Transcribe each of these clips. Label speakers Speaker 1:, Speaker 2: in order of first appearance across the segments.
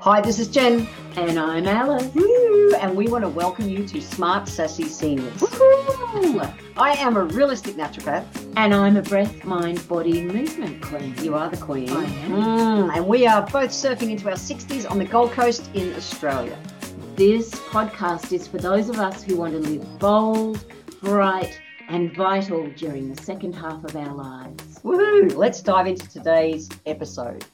Speaker 1: Hi, this is Jen. And I'm Alice. And we want to welcome you to Smart Sassy Seniors. I am a realistic naturopath.
Speaker 2: And I'm a breath, mind, body movement queen.
Speaker 1: You are the queen.
Speaker 2: I am.
Speaker 1: Mm, and we are both surfing into our 60s on the Gold Coast in Australia.
Speaker 2: This podcast is for those of us who want to live bold, bright, and vital during the second half of our lives.
Speaker 1: Woohoo! Let's dive into today's episode.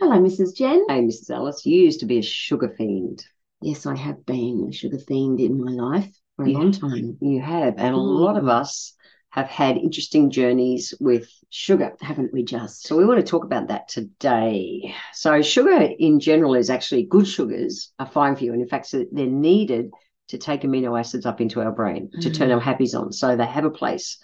Speaker 2: Hello, Mrs. Jen.
Speaker 1: Hey, Mrs. Alice, you used to be a sugar fiend.
Speaker 2: Yes, I have been a sugar fiend in my life for a
Speaker 1: Yeah.
Speaker 2: long time.
Speaker 1: You have, and a
Speaker 2: Mm.
Speaker 1: lot of us have had interesting journeys with sugar.
Speaker 2: Haven't we just?
Speaker 1: So we want to talk about that today. So sugar in general is actually good sugars are fine for you, and in fact, so they're needed to take amino acids up into our brain to turn
Speaker 2: Mm.
Speaker 1: our happies on. So they have a place.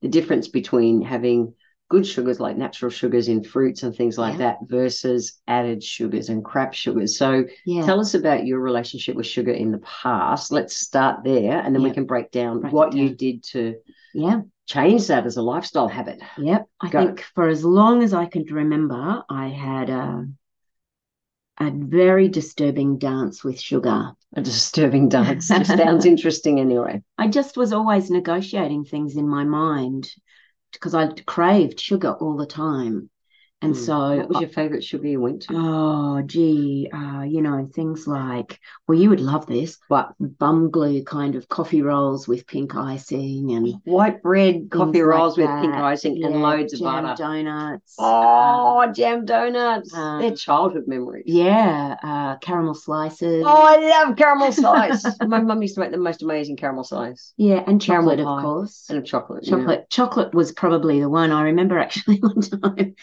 Speaker 1: The difference between having good sugars like natural sugars in fruits and things like
Speaker 2: Yeah.
Speaker 1: that versus added sugars and crap sugars. So
Speaker 2: Yeah.
Speaker 1: Tell us about your relationship with sugar in the past. Let's start there and then we
Speaker 2: Yep.
Speaker 1: can break down
Speaker 2: Break
Speaker 1: what
Speaker 2: it
Speaker 1: you
Speaker 2: down.
Speaker 1: did to
Speaker 2: yeah.
Speaker 1: change that as a lifestyle habit.
Speaker 2: Yep. I
Speaker 1: Go.
Speaker 2: think for as long as I could remember, I had a, a very disturbing dance with sugar.
Speaker 1: A disturbing dance. Just sounds interesting anyway.
Speaker 2: I just was always negotiating things in my mind because I craved sugar all the time.
Speaker 1: Mm.
Speaker 2: And so,
Speaker 1: What was your favorite sugar you went to?
Speaker 2: oh, gee, uh, you know, things like, well, you would love this
Speaker 1: What?
Speaker 2: bum glue kind of coffee rolls with pink icing and
Speaker 1: White bread, coffee
Speaker 2: things like
Speaker 1: rolls with pink
Speaker 2: that.
Speaker 1: icing
Speaker 2: Yeah,
Speaker 1: and loads of
Speaker 2: jam
Speaker 1: butter.
Speaker 2: donuts. uh,
Speaker 1: Oh, jam donuts.
Speaker 2: um,
Speaker 1: They're childhood memories.
Speaker 2: yeah, uh, caramel slices.
Speaker 1: Oh, I love caramel slice. My mum used to make the most amazing caramel slice
Speaker 2: Yeah, and
Speaker 1: Caramel
Speaker 2: chocolate, of
Speaker 1: pie.
Speaker 2: course.
Speaker 1: and a chocolate. you know.
Speaker 2: Chocolate, chocolate was probably the one I remember actually one time.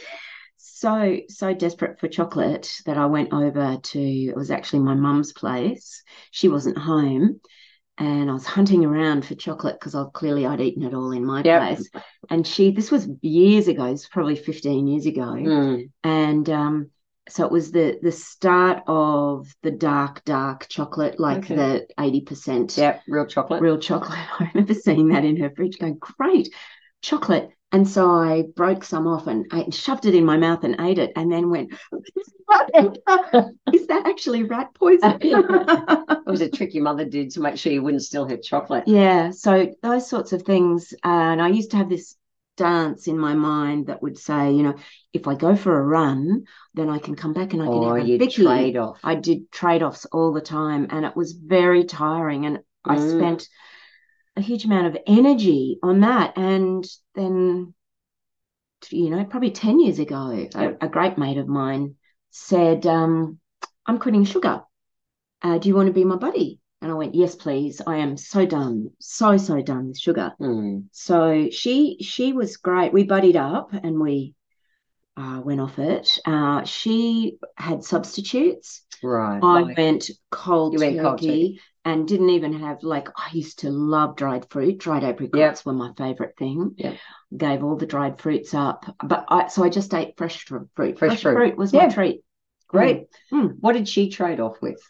Speaker 2: So, so desperate for chocolate that I went over to, it was actually my mum's place. She wasn't home. And I was hunting around for chocolate because I clearly I'd eaten it all in my
Speaker 1: Yep.
Speaker 2: place. And she, this was years ago, it's probably 15 years ago.
Speaker 1: Mm.
Speaker 2: And um, so it was the the start of the dark, dark chocolate, like
Speaker 1: Okay.
Speaker 2: the 80%
Speaker 1: Yep, real chocolate.
Speaker 2: real chocolate. I remember seeing that in her fridge, going, great, chocolate. And so I broke some off and I shoved it in my mouth and ate it, and then went, is that actually rat poison?
Speaker 1: It was a trick your mother did to make sure you wouldn't steal her chocolate.
Speaker 2: yeah. So those sorts of things. Uh, and I used to have this dance in my mind that would say, you know, if I go for a run, then I can come back and I can
Speaker 1: Or
Speaker 2: have
Speaker 1: you
Speaker 2: a bickie.
Speaker 1: trade off.
Speaker 2: I did trade offs all the time, and it was very tiring. And I
Speaker 1: Mm.
Speaker 2: spent a huge amount of energy on that. And then, you know, probably 10 years ago,
Speaker 1: Yep.
Speaker 2: a, a great mate of mine said, um, I'm quitting sugar. Uh, do you want to be my buddy? And I went, Yes, please. I am so done, so, so done with sugar.
Speaker 1: Mm.
Speaker 2: So she she was great. We buddied up and we uh, went off it. Uh, she had substitutes.
Speaker 1: Right.
Speaker 2: I
Speaker 1: Like,
Speaker 2: went cold
Speaker 1: You
Speaker 2: turkey,
Speaker 1: went cold
Speaker 2: and didn't even have like I used to love dried fruit. Dried apricots were my favorite thing.
Speaker 1: Yep.
Speaker 2: Gave all the dried fruits up, but I so I just ate fresh fr- fruit.
Speaker 1: Fresh fruit.
Speaker 2: was
Speaker 1: Yeah.
Speaker 2: my treat.
Speaker 1: great.
Speaker 2: Mm.
Speaker 1: What did she trade off with?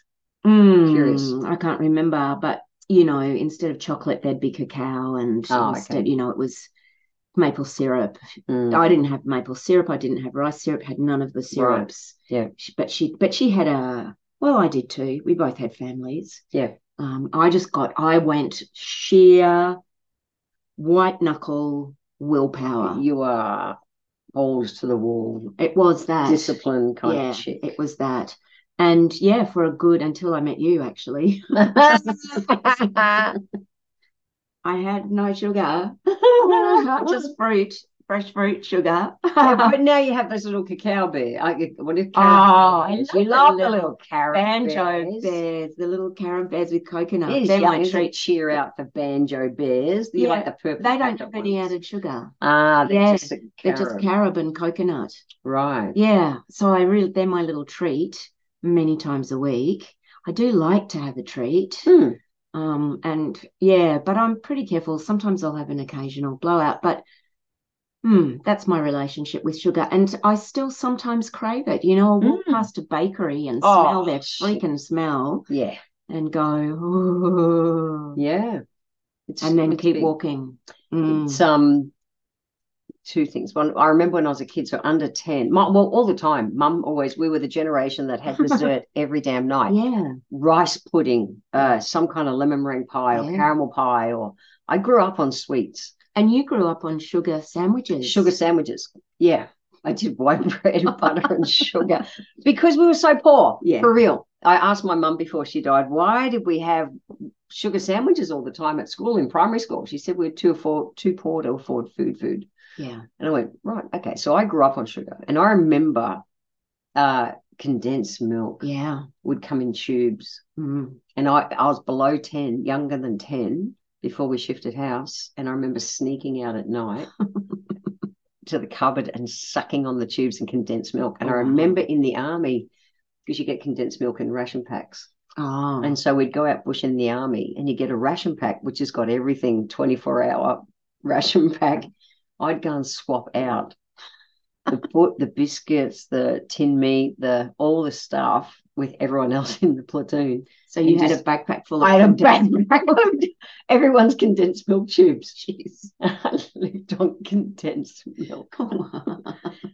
Speaker 2: Mm,
Speaker 1: Curious.
Speaker 2: I can't remember, but you know, instead of chocolate, there'd be cacao, and
Speaker 1: Oh, okay.
Speaker 2: instead, you know, it was maple syrup.
Speaker 1: Mm.
Speaker 2: I didn't have maple syrup. I didn't have rice syrup. Had none of the syrups.
Speaker 1: Yeah.
Speaker 2: She- but she, but she had a. Well, I did too. We both had families.
Speaker 1: Yeah.
Speaker 2: Um, I just got. I went sheer white knuckle willpower.
Speaker 1: You are balls to the wall,
Speaker 2: it was that
Speaker 1: discipline kind
Speaker 2: yeah.
Speaker 1: of chick.
Speaker 2: It was that, and yeah, for a good until I met you. Actually, I had no sugar, just fruit, fresh fruit, sugar.
Speaker 1: Yeah, but now you have those little cacao bear. I get- what if
Speaker 2: Oh, I
Speaker 1: you love
Speaker 2: love
Speaker 1: the
Speaker 2: the
Speaker 1: little carrot
Speaker 2: Banjo
Speaker 1: bears.
Speaker 2: bears. the little carom bears with coconut.
Speaker 1: It is
Speaker 2: They're
Speaker 1: yummy,
Speaker 2: my
Speaker 1: isn't it?
Speaker 2: treat.
Speaker 1: cheer out for banjo bears. You like the purple.
Speaker 2: They don't
Speaker 1: packet
Speaker 2: have any
Speaker 1: ones.
Speaker 2: added sugar.
Speaker 1: Ah, they're
Speaker 2: Yeah,
Speaker 1: just a
Speaker 2: They're just
Speaker 1: carob.
Speaker 2: carob and coconut.
Speaker 1: Right.
Speaker 2: Yeah. So I really they're my little treat many times a week. I do like to have a treat.
Speaker 1: Hmm.
Speaker 2: Um and yeah, but I'm pretty careful. Sometimes I'll have an occasional blowout, but Hmm, that's my relationship with sugar. And I still sometimes crave it. You know, I'll walk
Speaker 1: Mm.
Speaker 2: past a bakery and
Speaker 1: Oh,
Speaker 2: smell their
Speaker 1: shit.
Speaker 2: freaking smell
Speaker 1: Yeah.
Speaker 2: and go, "Ooh,"
Speaker 1: Yeah. It's,
Speaker 2: and then
Speaker 1: it's
Speaker 2: keep
Speaker 1: big.
Speaker 2: walking. Mm,
Speaker 1: It's um two things. One, I remember when I was a kid, so under 10, my, well, all the time, mum always, we were the generation that had dessert every damn night.
Speaker 2: Yeah.
Speaker 1: Rice pudding, uh, some kind of lemon meringue pie or
Speaker 2: Yeah.
Speaker 1: caramel pie, or I grew up on sweets,
Speaker 2: And you grew up on sugar sandwiches.
Speaker 1: sugar sandwiches. Yeah. I did white bread and butter and sugar because we were so poor.
Speaker 2: Yeah.
Speaker 1: For real. I asked my mum before she died, why did we have sugar sandwiches all the time at school in primary school? She said we were too afford too poor to afford food food.
Speaker 2: Yeah.
Speaker 1: And I went, right, okay. So I grew up on sugar. And I remember uh, condensed milk
Speaker 2: Yeah.
Speaker 1: would come in tubes.
Speaker 2: Mm.
Speaker 1: And I, I was below 10, younger than 10 before we shifted house. And I remember sneaking out at night to the cupboard and sucking on the tubes and condensed milk. And I
Speaker 2: Oh, wow.
Speaker 1: remember in the army, because you get condensed milk in ration packs.
Speaker 2: Oh.
Speaker 1: And so we'd go out bush in the army and you get a ration pack, which has got everything 24 hour ration pack. I'd go and swap out the bu- the biscuits, the tin meat, the all the stuff with everyone else in the platoon.
Speaker 2: so you
Speaker 1: and
Speaker 2: had
Speaker 1: just-
Speaker 2: a backpack full of
Speaker 1: I had a
Speaker 2: condensed milk.
Speaker 1: backpack of everyone's condensed milk tubes.
Speaker 2: Jeez.
Speaker 1: I lived on condensed milk.
Speaker 2: Wow.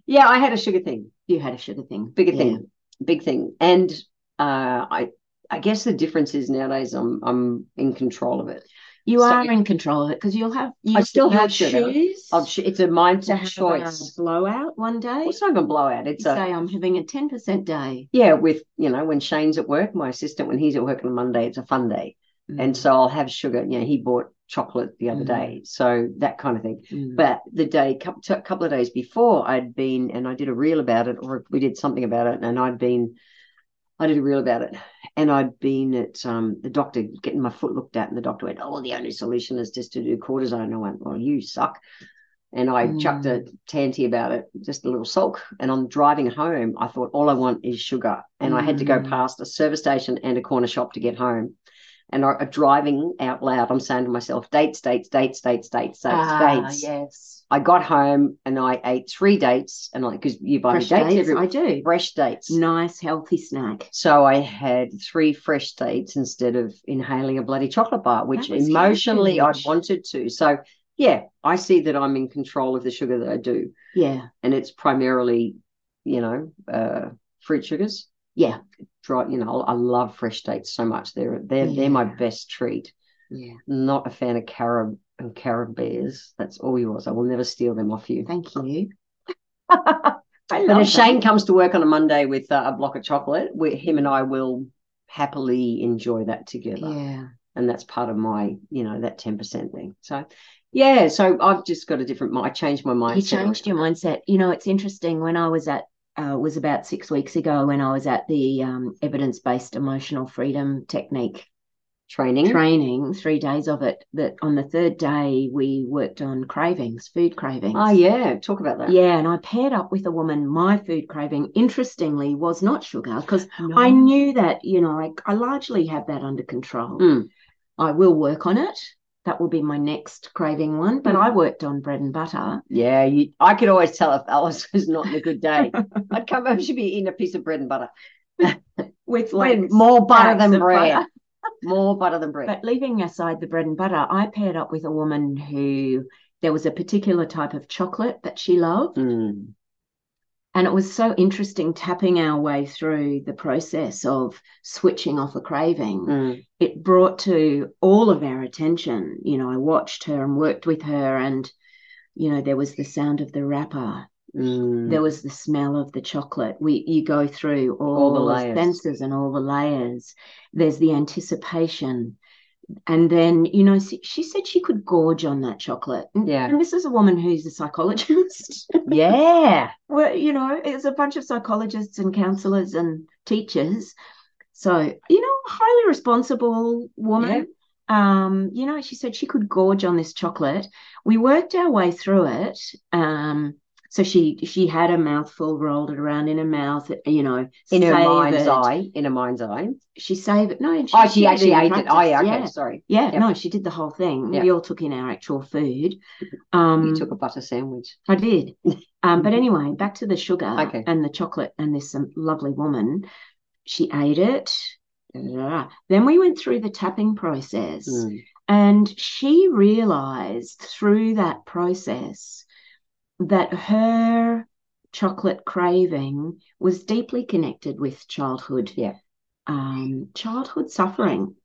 Speaker 1: Yeah, I had a sugar thing.
Speaker 2: you had a sugar thing.
Speaker 1: bigger
Speaker 2: Yeah.
Speaker 1: thing big thing and uh i i guess the difference is nowadays i'm i'm in control of it
Speaker 2: You
Speaker 1: So-
Speaker 2: are in control of it because you'll have. You
Speaker 1: I still
Speaker 2: you'll
Speaker 1: have sugar.
Speaker 2: choose
Speaker 1: I'll, ch- it's a
Speaker 2: to
Speaker 1: mindful
Speaker 2: have
Speaker 1: choice
Speaker 2: a blowout one day.
Speaker 1: it's not gonna blow out it's
Speaker 2: You
Speaker 1: a
Speaker 2: say I'm having a ten percent day.
Speaker 1: yeah with you know when shane's at work my assistant when he's at work on a monday it's a fun day and so i'll have sugar you know he bought chocolate the other
Speaker 2: Mm.
Speaker 1: day so that kind of thing
Speaker 2: Mm.
Speaker 1: but the day a couple of days before i'd been and i did a reel about it or we did something about it and i'd been i did a reel about it and i'd been at um, the doctor getting my foot looked at and the doctor went oh the only solution is just to do cortisone and i went well you suck and i chucked a
Speaker 2: Mm.
Speaker 1: tanty about it just a little sulk and on driving home i thought all i want is sugar and i had to go
Speaker 2: Mm.
Speaker 1: past a service station and a corner shop to get home and I, driving out loud i'm saying to myself dates dates dates dates dates dates
Speaker 2: Ah,
Speaker 1: dates
Speaker 2: yes.
Speaker 1: I got home and I ate three dates and like because you buy me
Speaker 2: Fresh
Speaker 1: dates,
Speaker 2: dates.
Speaker 1: every
Speaker 2: I do.
Speaker 1: fresh dates.
Speaker 2: Nice healthy snack.
Speaker 1: So I had three fresh dates instead of inhaling a bloody chocolate bar, which
Speaker 2: was
Speaker 1: emotionally I
Speaker 2: huge.
Speaker 1: wanted to. So yeah, I see that I'm in control of the sugar that I do,
Speaker 2: Yeah.
Speaker 1: and it's primarily, you know, uh, fruit sugars.
Speaker 2: Yeah.
Speaker 1: Dry, you know, I love fresh dates so much. They're they're they're my
Speaker 2: Yeah.
Speaker 1: best treat.
Speaker 2: Yeah.
Speaker 1: Not a fan of carob and carob bears. That's all yours. I will never steal them off you.
Speaker 2: Thank you. I
Speaker 1: But
Speaker 2: love
Speaker 1: if Shane
Speaker 2: that.
Speaker 1: comes to work on a Monday with uh, a block of chocolate, we, him and I will happily enjoy that together.
Speaker 2: Yeah.
Speaker 1: And that's part of my, you know, that 10% thing. So, yeah. So I've just got a different mind. I changed my mindset.
Speaker 2: You changed your mindset. You know, it's interesting. When I was at, uh, it was about six weeks ago when I was at the um, evidence based emotional freedom technique
Speaker 1: training.
Speaker 2: training, three days of it. That on the third day, we worked on cravings, food cravings.
Speaker 1: Oh, yeah. Talk about that.
Speaker 2: Yeah, and I paired up with a woman. My food craving, interestingly, was not sugar because
Speaker 1: No.
Speaker 2: I knew that, you know, I, I largely have that under control.
Speaker 1: Mm.
Speaker 2: I will work on it. That will be my next craving one. But
Speaker 1: Mm.
Speaker 2: I worked on bread and butter.
Speaker 1: Yeah. You, I could always tell if Alice was not in a good day. I'd come home, she'd be eating a piece of bread and butter.
Speaker 2: With
Speaker 1: With more butter
Speaker 2: stacks
Speaker 1: than
Speaker 2: of
Speaker 1: bread.
Speaker 2: butter.
Speaker 1: More butter than bread.
Speaker 2: But leaving aside the bread and butter, I paired up with a woman who there was a particular type of chocolate that she loved.
Speaker 1: Mm.
Speaker 2: And it was so interesting tapping our way through the process of switching off a craving.
Speaker 1: Mm.
Speaker 2: it brought to all of our attention. You know, I watched her and worked with her, and you know, there was the sound of the wrapper,
Speaker 1: Mm.
Speaker 2: there was the smell of the chocolate. We you go through all,
Speaker 1: All the
Speaker 2: the,
Speaker 1: layers.
Speaker 2: senses and all the layers. There's the anticipation. And then, you know, she she said she could gorge on that chocolate. And-
Speaker 1: Yeah.
Speaker 2: And this is a woman who's a psychologist.
Speaker 1: yeah.
Speaker 2: well, you know, it's a bunch of psychologists and counselors and teachers. So, you know, highly responsible woman. Um, you know, she said she could gorge on this chocolate. We worked our way through it. Um, so she she had a mouthful, rolled it around in her mouth, you know,
Speaker 1: In her mind's
Speaker 2: savoured-
Speaker 1: eye. In her mind's eye.
Speaker 2: She savoured. No, and
Speaker 1: Oh, she
Speaker 2: did
Speaker 1: actually
Speaker 2: in
Speaker 1: ate it.
Speaker 2: practice,
Speaker 1: Oh, yeah. Okay.
Speaker 2: yeah.
Speaker 1: Sorry.
Speaker 2: Yeah,
Speaker 1: Yep.
Speaker 2: no, she did the whole thing.
Speaker 1: Yeah.
Speaker 2: We all took in our actual food. Um,
Speaker 1: You took a butter sandwich.
Speaker 2: I did. Um, but anyway, back to the sugar
Speaker 1: Mm-hmm. Okay.
Speaker 2: and the chocolate and this um, lovely woman. She ate it. da, da, da, da. Then we went through the tapping process,
Speaker 1: Mm.
Speaker 2: and she realized through that process that her chocolate craving was deeply connected with childhood.
Speaker 1: Yeah.
Speaker 2: Um, childhood suffering.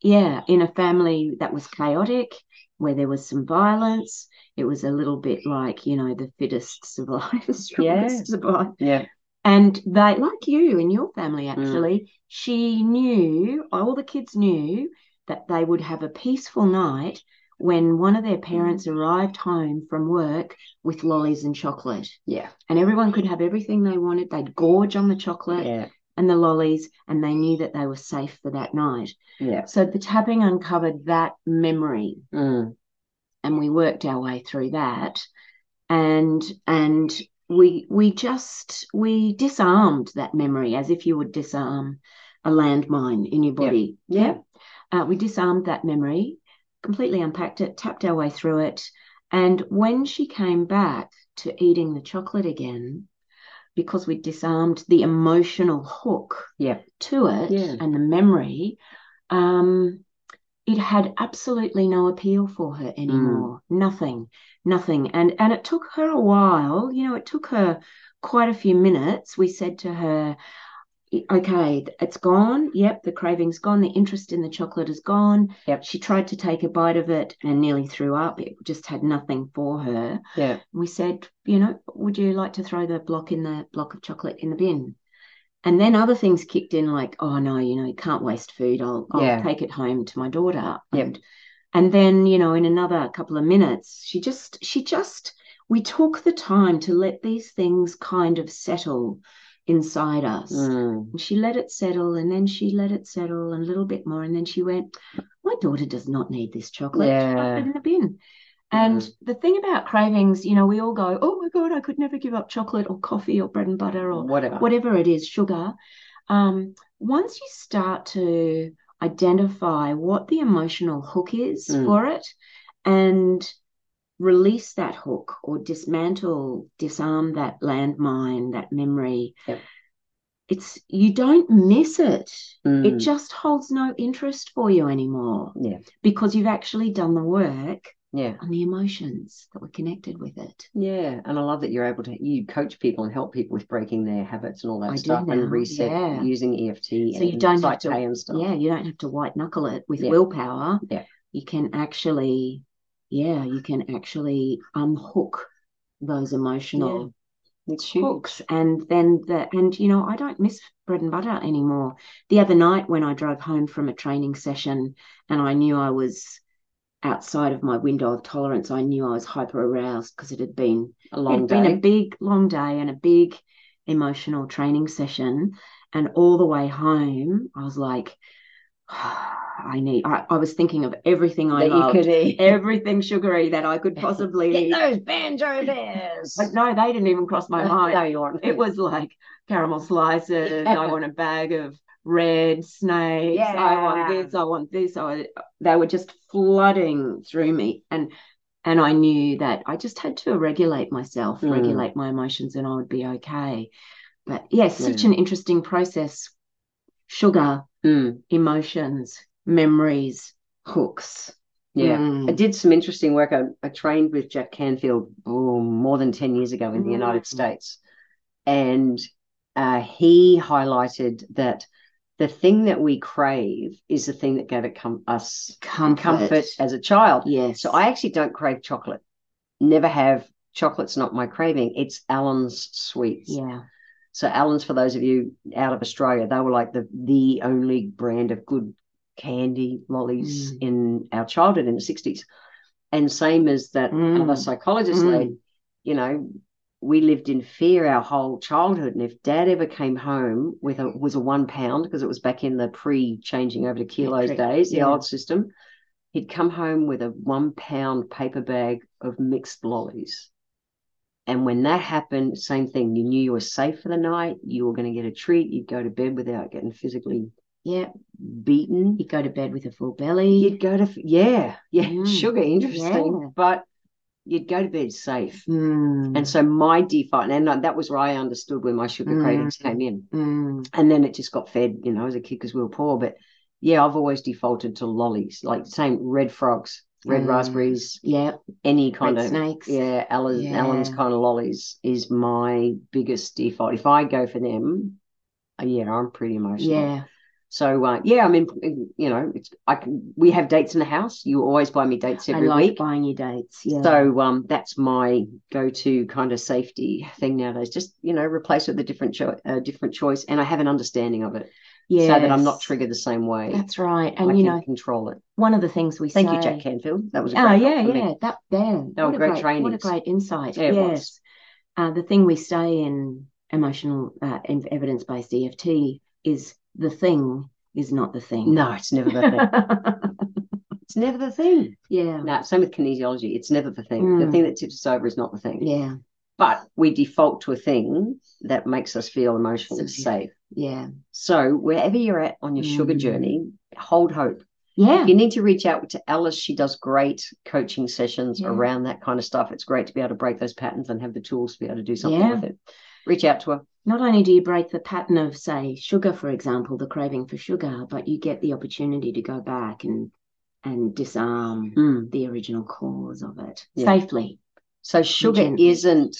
Speaker 2: Yeah, in a family that was chaotic, where there was some violence. It was a little bit like, you know, the fittest survive, the strongest
Speaker 1: Yeah.
Speaker 2: survive.
Speaker 1: Yeah.
Speaker 2: And they, like you and your family,
Speaker 1: Mm.
Speaker 2: actually, she knew, all the kids knew that they would have a peaceful night when one of
Speaker 1: Mm.
Speaker 2: their parents arrived home from work with lollies and chocolate.
Speaker 1: Yeah.
Speaker 2: And everyone could have everything they wanted. They'd gorge on the chocolate
Speaker 1: Yeah.
Speaker 2: and the lollies, and they knew that they were safe for that night.
Speaker 1: Yeah.
Speaker 2: So the tapping uncovered that memory
Speaker 1: Mm.
Speaker 2: and we worked our way through that and and we we just we disarmed that memory as if you would disarm a landmine in your body
Speaker 1: Yeah.
Speaker 2: uh, we disarmed that memory completely unpacked it tapped our way through it and when she came back to eating the chocolate again because we disarmed the emotional hook
Speaker 1: Yeah.
Speaker 2: to it
Speaker 1: Yeah.
Speaker 2: and the memory um, it had absolutely no appeal for her anymore. Nothing, nothing. And and it took her a while. You know, it took her quite a few minutes. We said to her, "I- "Okay, it's gone. Yep, the craving's gone. The interest in the chocolate is gone."
Speaker 1: Yep.
Speaker 2: She tried to take a bite of it and nearly threw up. It just had nothing for her.
Speaker 1: Yeah.
Speaker 2: We said, "You know, would you like to throw the block in the block of chocolate in the bin?" And then other things kicked in, like, "Oh no, you know, you can't waste food. I'll I'll
Speaker 1: Yeah.
Speaker 2: take it home to my daughter."
Speaker 1: Yep.
Speaker 2: And and then you know in another couple of minutes she just she just we took the time to let these things kind of settle inside us
Speaker 1: Mm.
Speaker 2: and she let it settle and then she let it settle and a little bit more and then she went my daughter does not need this chocolate Chuck
Speaker 1: Yeah.
Speaker 2: it in the bin and the thing about cravings you know we all go oh my god i could never give up chocolate or coffee or bread and butter or
Speaker 1: Whatever.
Speaker 2: whatever it is, sugar, um, once you start to identify what the emotional hook is
Speaker 1: Mm.
Speaker 2: for it and release that hook or dismantle, disarm that landmine, that memory,
Speaker 1: Yep.
Speaker 2: it's you don't miss it. It
Speaker 1: Mm.
Speaker 2: just holds no interest for you anymore
Speaker 1: Yeah.
Speaker 2: because you've actually done the work
Speaker 1: Yeah.
Speaker 2: on the emotions that were connected with it.
Speaker 1: Yeah, and I love that you're able to you coach people and help people with breaking their habits and all that
Speaker 2: I do
Speaker 1: stuff
Speaker 2: now,
Speaker 1: and reset
Speaker 2: yeah.
Speaker 1: using EFT
Speaker 2: So
Speaker 1: and
Speaker 2: you don't have
Speaker 1: Psych
Speaker 2: to,
Speaker 1: K and stuff.
Speaker 2: yeah, you don't have to white knuckle it with
Speaker 1: Yeah.
Speaker 2: willpower.
Speaker 1: Yeah.
Speaker 2: You can actually, yeah, you can actually unhook those emotional
Speaker 1: It's huge.
Speaker 2: hooks. And then the, and you know, I don't miss bread and butter anymore. The other night when I drove home from a training session and I knew I was outside of my window of tolerance, I knew I was hyper aroused because it had been
Speaker 1: A
Speaker 2: it
Speaker 1: long
Speaker 2: had been a
Speaker 1: day.
Speaker 2: big, long day and a big emotional training session. And all the way home, I was like, I need, I, I was thinking of everything I
Speaker 1: that you
Speaker 2: loved,
Speaker 1: could eat.
Speaker 2: everything sugary that I could possibly
Speaker 1: Get
Speaker 2: eat.
Speaker 1: those banjo bears.
Speaker 2: But no, they didn't even cross my mind.
Speaker 1: no, you aren't.
Speaker 2: It was like caramel slices. I want a bag of red snakes. I want
Speaker 1: Yeah.
Speaker 2: this. I want this. I, they were just flooding through me. And and I knew that I just had to regulate myself,
Speaker 1: Mm.
Speaker 2: regulate my emotions, and I would be okay. But yes, such
Speaker 1: Yeah.
Speaker 2: an interesting process. Sugar,
Speaker 1: Mm,
Speaker 2: emotions, memories, hooks.
Speaker 1: yeah. I
Speaker 2: Mm.
Speaker 1: did some interesting work. I, I trained with Jack Canfield oh, more than 10 years ago in the United
Speaker 2: Mm.
Speaker 1: States. And uh, he highlighted that the thing that we crave is the thing that gave it com- us
Speaker 2: Comfort.
Speaker 1: comfort as a child.
Speaker 2: Yes.
Speaker 1: So I actually don't crave chocolate, never have. Chocolate's not my craving, it's Alan's sweets.
Speaker 2: yeah.
Speaker 1: So Allen's, for those of you out of Australia, they were like the the only brand of good candy lollies
Speaker 2: Mm.
Speaker 1: in our childhood in the sixties. And same as that
Speaker 2: Mm.
Speaker 1: other psychologist
Speaker 2: Mm.
Speaker 1: lady, you know, we lived in fear our whole childhood. And if Dad ever came home with a was a one pound because it was back in the pre changing over to kilos
Speaker 2: Metric,
Speaker 1: days, the
Speaker 2: yeah.
Speaker 1: old system, he'd come home with a one pound paper bag of mixed lollies. And when that happened, same thing. You knew you were safe for the night. You were going to get a treat. You'd go to bed without getting physically
Speaker 2: Yeah.
Speaker 1: beaten.
Speaker 2: You go to bed with a full belly.
Speaker 1: You'd go to, yeah, yeah,
Speaker 2: Mm.
Speaker 1: sugar, interesting,
Speaker 2: Yeah.
Speaker 1: but you'd go to bed safe.
Speaker 2: Mm.
Speaker 1: And so my default, and that was where I understood where my sugar
Speaker 2: Mm.
Speaker 1: cravings came in.
Speaker 2: Mm.
Speaker 1: And then it just got fed, you know, as a kid because we were poor. But yeah, I've always defaulted to lollies, like same red frogs. red
Speaker 2: Mm.
Speaker 1: raspberries,
Speaker 2: Yeah,
Speaker 1: any kind
Speaker 2: red
Speaker 1: of
Speaker 2: snakes.
Speaker 1: yeah, Alan,
Speaker 2: Yeah.
Speaker 1: Alan's kind of lollies is my biggest default. If I go for them, uh, yeah, I'm pretty emotional.
Speaker 2: yeah.
Speaker 1: So uh, yeah, I mean, you know, it's I can, we have dates in the house. You always buy me dates
Speaker 2: I
Speaker 1: every
Speaker 2: like
Speaker 1: week.
Speaker 2: buying you dates. Yeah,
Speaker 1: So um, that's my go-to kind of safety thing nowadays. Just you know, replace it with a different cho- a different choice, and I have an understanding of it
Speaker 2: yeah,
Speaker 1: so that I'm not triggered the same way.
Speaker 2: That's right.
Speaker 1: I
Speaker 2: And you
Speaker 1: can
Speaker 2: know,
Speaker 1: control it.
Speaker 2: one of the things we
Speaker 1: Thank
Speaker 2: say.
Speaker 1: you, Jack Canfield. That was a great
Speaker 2: Oh
Speaker 1: help
Speaker 2: yeah,
Speaker 1: for me.
Speaker 2: yeah. That then.
Speaker 1: They were
Speaker 2: what a
Speaker 1: great
Speaker 2: What a
Speaker 1: trainings.
Speaker 2: great insight.
Speaker 1: Yeah, it was.
Speaker 2: yes. Uh, the thing we say in emotional uh, and evidence-based EFT is the thing is not the thing.
Speaker 1: No, it's never the thing. it's never the thing.
Speaker 2: yeah.
Speaker 1: No, same with kinesiology. It's never the thing. The
Speaker 2: Mm.
Speaker 1: thing that tips us over is not the thing.
Speaker 2: Yeah.
Speaker 1: But we default to a thing that makes us feel emotionally
Speaker 2: So-
Speaker 1: safe.
Speaker 2: Yeah.
Speaker 1: So wherever you're at on your sugar
Speaker 2: Mm.
Speaker 1: journey, hold hope.
Speaker 2: Yeah.
Speaker 1: You need to reach out to Alice. She does great coaching sessions
Speaker 2: Yeah.
Speaker 1: around that kind of stuff. It's great to be able to break those patterns and have the tools to be able to do something
Speaker 2: Yeah.
Speaker 1: with it. Reach out to her.
Speaker 2: Not only do you break the pattern of, say, sugar, for example, the craving for sugar, but you get the opportunity to go back and and disarm the original cause of it
Speaker 1: Mm. Yeah.
Speaker 2: safely.
Speaker 1: So sugar
Speaker 2: Gently.
Speaker 1: isn't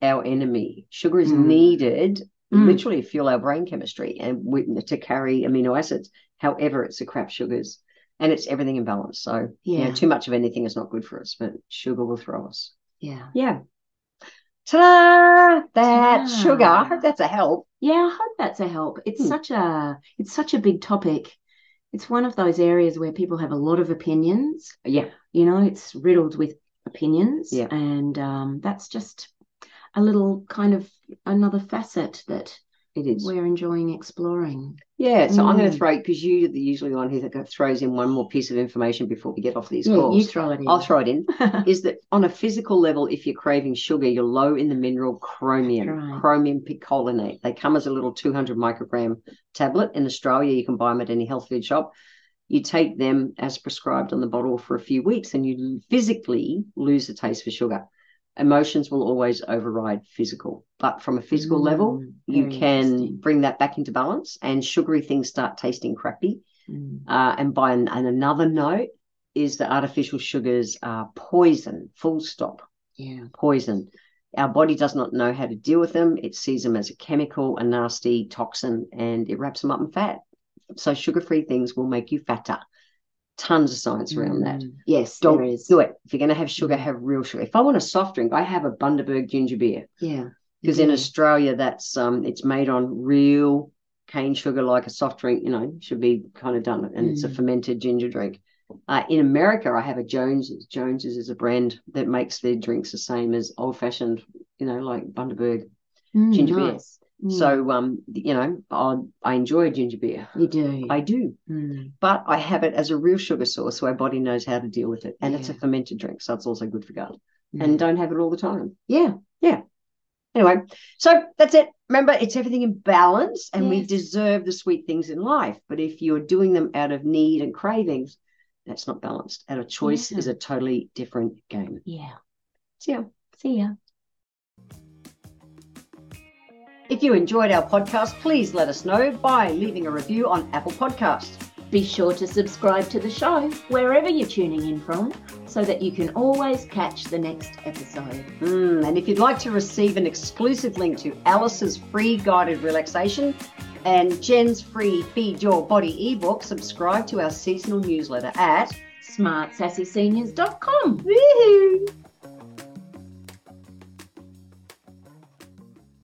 Speaker 1: our enemy. Sugar is
Speaker 2: Mm.
Speaker 1: needed
Speaker 2: Mm.
Speaker 1: literally to fuel our brain chemistry and we, to carry amino acids. However, it's the crap sugars and it's everything in balance. So yeah.
Speaker 2: Yeah.
Speaker 1: too much of anything is not good for us, but sugar will throw us.
Speaker 2: Yeah.
Speaker 1: Yeah. Ta-da! That
Speaker 2: Ta-da.
Speaker 1: sugar. I hope that's a help.
Speaker 2: Yeah, I hope that's a help. It's
Speaker 1: Hmm.
Speaker 2: such a it's such a big topic. It's one of those areas where people have a lot of opinions.
Speaker 1: Yeah.
Speaker 2: You know, it's riddled with opinions,
Speaker 1: Yeah.
Speaker 2: and um, that's just a little kind of another facet that
Speaker 1: It is.
Speaker 2: we're enjoying exploring.
Speaker 1: yeah, so I'm going to
Speaker 2: Mm.
Speaker 1: throw because you're the usually the one who th- throws in one more piece of information before we get off these
Speaker 2: Yeah, you
Speaker 1: calls.
Speaker 2: throw it in.
Speaker 1: I'll throw it in. is that on a physical level, if you're craving sugar, you're low in the mineral chromium,
Speaker 2: Right.
Speaker 1: chromium picolinate. They come as a little 200 microgram tablet in Australia. You can buy them at any health food shop. You take them as prescribed on the bottle for a few weeks and you physically lose the taste for sugar. Emotions will always override physical, but from a physical level,
Speaker 2: Mm,
Speaker 1: you
Speaker 2: very
Speaker 1: can
Speaker 2: interesting.
Speaker 1: bring that back into balance and sugary things start tasting crappy.
Speaker 2: Mm.
Speaker 1: Uh, and by an, and another note is that artificial sugars are poison, full stop,
Speaker 2: Yeah.
Speaker 1: poison. Our body does not know how to deal with them. It sees them as a chemical, a nasty toxin, and it wraps them up in fat. So sugar free things will make you fatter. Tons of science around that.
Speaker 2: Mm. Yes,
Speaker 1: Don't
Speaker 2: there is.
Speaker 1: do it. If you're going to have sugar,
Speaker 2: Mm.
Speaker 1: have real sugar. If I want a soft drink, I have a Bundaberg ginger beer
Speaker 2: Yeah.
Speaker 1: because in
Speaker 2: Yeah.
Speaker 1: Australia that's um it's made on real cane sugar like a soft drink you know should be kind of done and it's a
Speaker 2: Mm.
Speaker 1: fermented ginger drink uh, in America I have a Jones's Jones's is a brand that makes their drinks the same as old fashioned you know like Bundaberg
Speaker 2: Mm,
Speaker 1: ginger beer.
Speaker 2: nice. Mm.
Speaker 1: so um you know I I enjoy ginger beer
Speaker 2: you do.
Speaker 1: I do
Speaker 2: Mm.
Speaker 1: but I have it as a real sugar source so our body knows how to deal with it and it's a
Speaker 2: Yeah.
Speaker 1: fermented drink so it's also good for gut
Speaker 2: Mm.
Speaker 1: and don't have it all the time
Speaker 2: yeah.
Speaker 1: Anyway, so that's it. Remember, it's everything in balance, and we
Speaker 2: Yes.
Speaker 1: deserve the sweet things in life. But if you're doing them out of need and cravings, that's not balanced. Out of choice
Speaker 2: Yeah.
Speaker 1: is a totally different game.
Speaker 2: Yeah.
Speaker 1: So, yeah.
Speaker 2: See ya.
Speaker 1: If you enjoyed our podcast, please let us know by leaving a review on Apple Podcasts.
Speaker 2: Be sure to subscribe to the show wherever you're tuning in from so that you can always catch the next episode.
Speaker 1: Mm, and if you'd like to receive an exclusive link to Alice's free guided relaxation and Jen's free Feed Your Body ebook, subscribe to our seasonal newsletter at
Speaker 2: smartsassyseniors.com.
Speaker 1: Woohoo!